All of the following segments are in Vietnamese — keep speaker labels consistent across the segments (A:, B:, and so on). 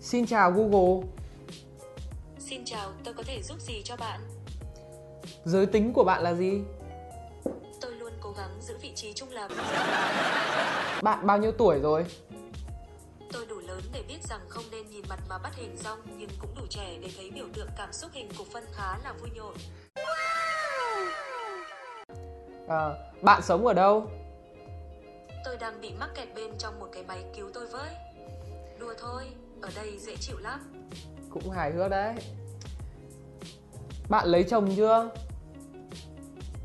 A: Xin chào Google,
B: Xin chào, tôi có thể giúp gì cho bạn?
A: giới tính của bạn là gì?
B: Tôi luôn cố gắng giữ vị trí trung lập.
A: Bạn bao nhiêu tuổi rồi?
B: Tôi đủ lớn để biết rằng không nên nhìn mặt mà bắt hình rong, nhưng cũng đủ trẻ để thấy biểu tượng cảm xúc hình của phân khá là vui nhộn.
A: Ờ, bạn sống ở đâu?
B: Tôi đang bị mắc kẹt bên trong một cái máy cứu tôi với. Đùa thôi, ở đây dễ chịu lắm.
A: Cũng hài hước đấy. Bạn lấy chồng chưa?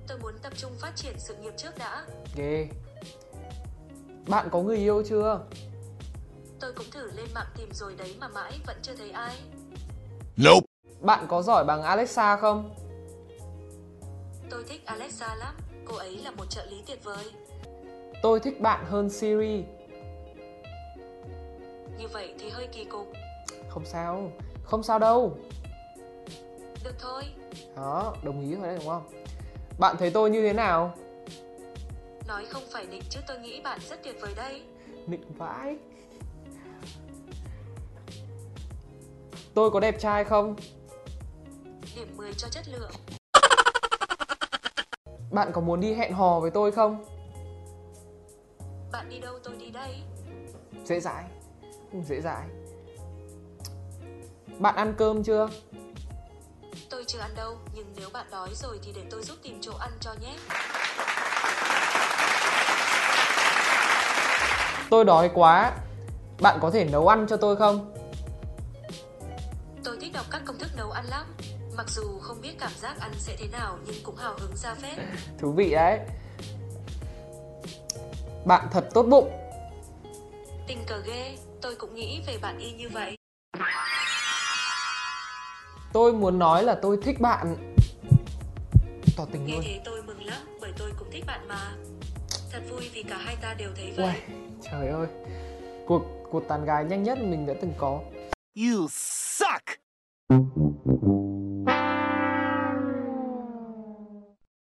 B: Tôi muốn tập trung phát triển sự nghiệp trước đã.
A: Ghê. Bạn có người yêu chưa?
B: Tôi cũng thử lên mạng tìm rồi đấy mà mãi vẫn chưa thấy ai.
C: Nope.
A: Bạn có giỏi bằng Alexa không?
B: Tôi thích Alexa lắm, cô ấy là một trợ lý tuyệt vời.
A: Tôi thích bạn hơn Siri.
B: Như vậy thì hơi kỳ cục.
A: Không sao, không sao đâu.
B: Được thôi,
A: Đó, đồng ý rồi đấy đúng không? Bạn thấy tôi như thế nào?
B: nói không phải định chứ tôi nghĩ bạn rất tuyệt vời đây.
A: Nịnh vãi. Tôi có đẹp trai không?
B: Điểm 10 cho chất lượng.
A: Bạn có muốn đi hẹn hò với tôi không?
B: Bạn đi đâu tôi đi đây.
A: Dễ dãi. Ừ, Dễ dãi. Bạn ăn cơm chưa?
B: Tôi chưa ăn đâu, nhưng nếu bạn đói rồi thì để tôi giúp tìm chỗ ăn cho nhé.
A: Tôi đói quá. Bạn có thể nấu ăn cho tôi không?
B: Tôi thích đọc các công thức nấu ăn lắm. Mặc dù không biết cảm giác ăn sẽ thế nào nhưng cũng hào hứng ra phết.
A: Thú vị đấy. Bạn thật tốt bụng.
B: Tình cờ ghê, tôi cũng nghĩ về bạn y như vậy.
A: Tôi muốn nói là tôi thích bạn. Tỏ tình
B: Nghe
A: luôn.
B: thế tôi mừng lắm bởi tôi cũng thích bạn mà. Thật vui vì cả hai ta đều thấy vậy.
A: Uầy, trời ơi. Cuộc cuộc tán gái nhanh nhất mình đã từng có.
C: You suck.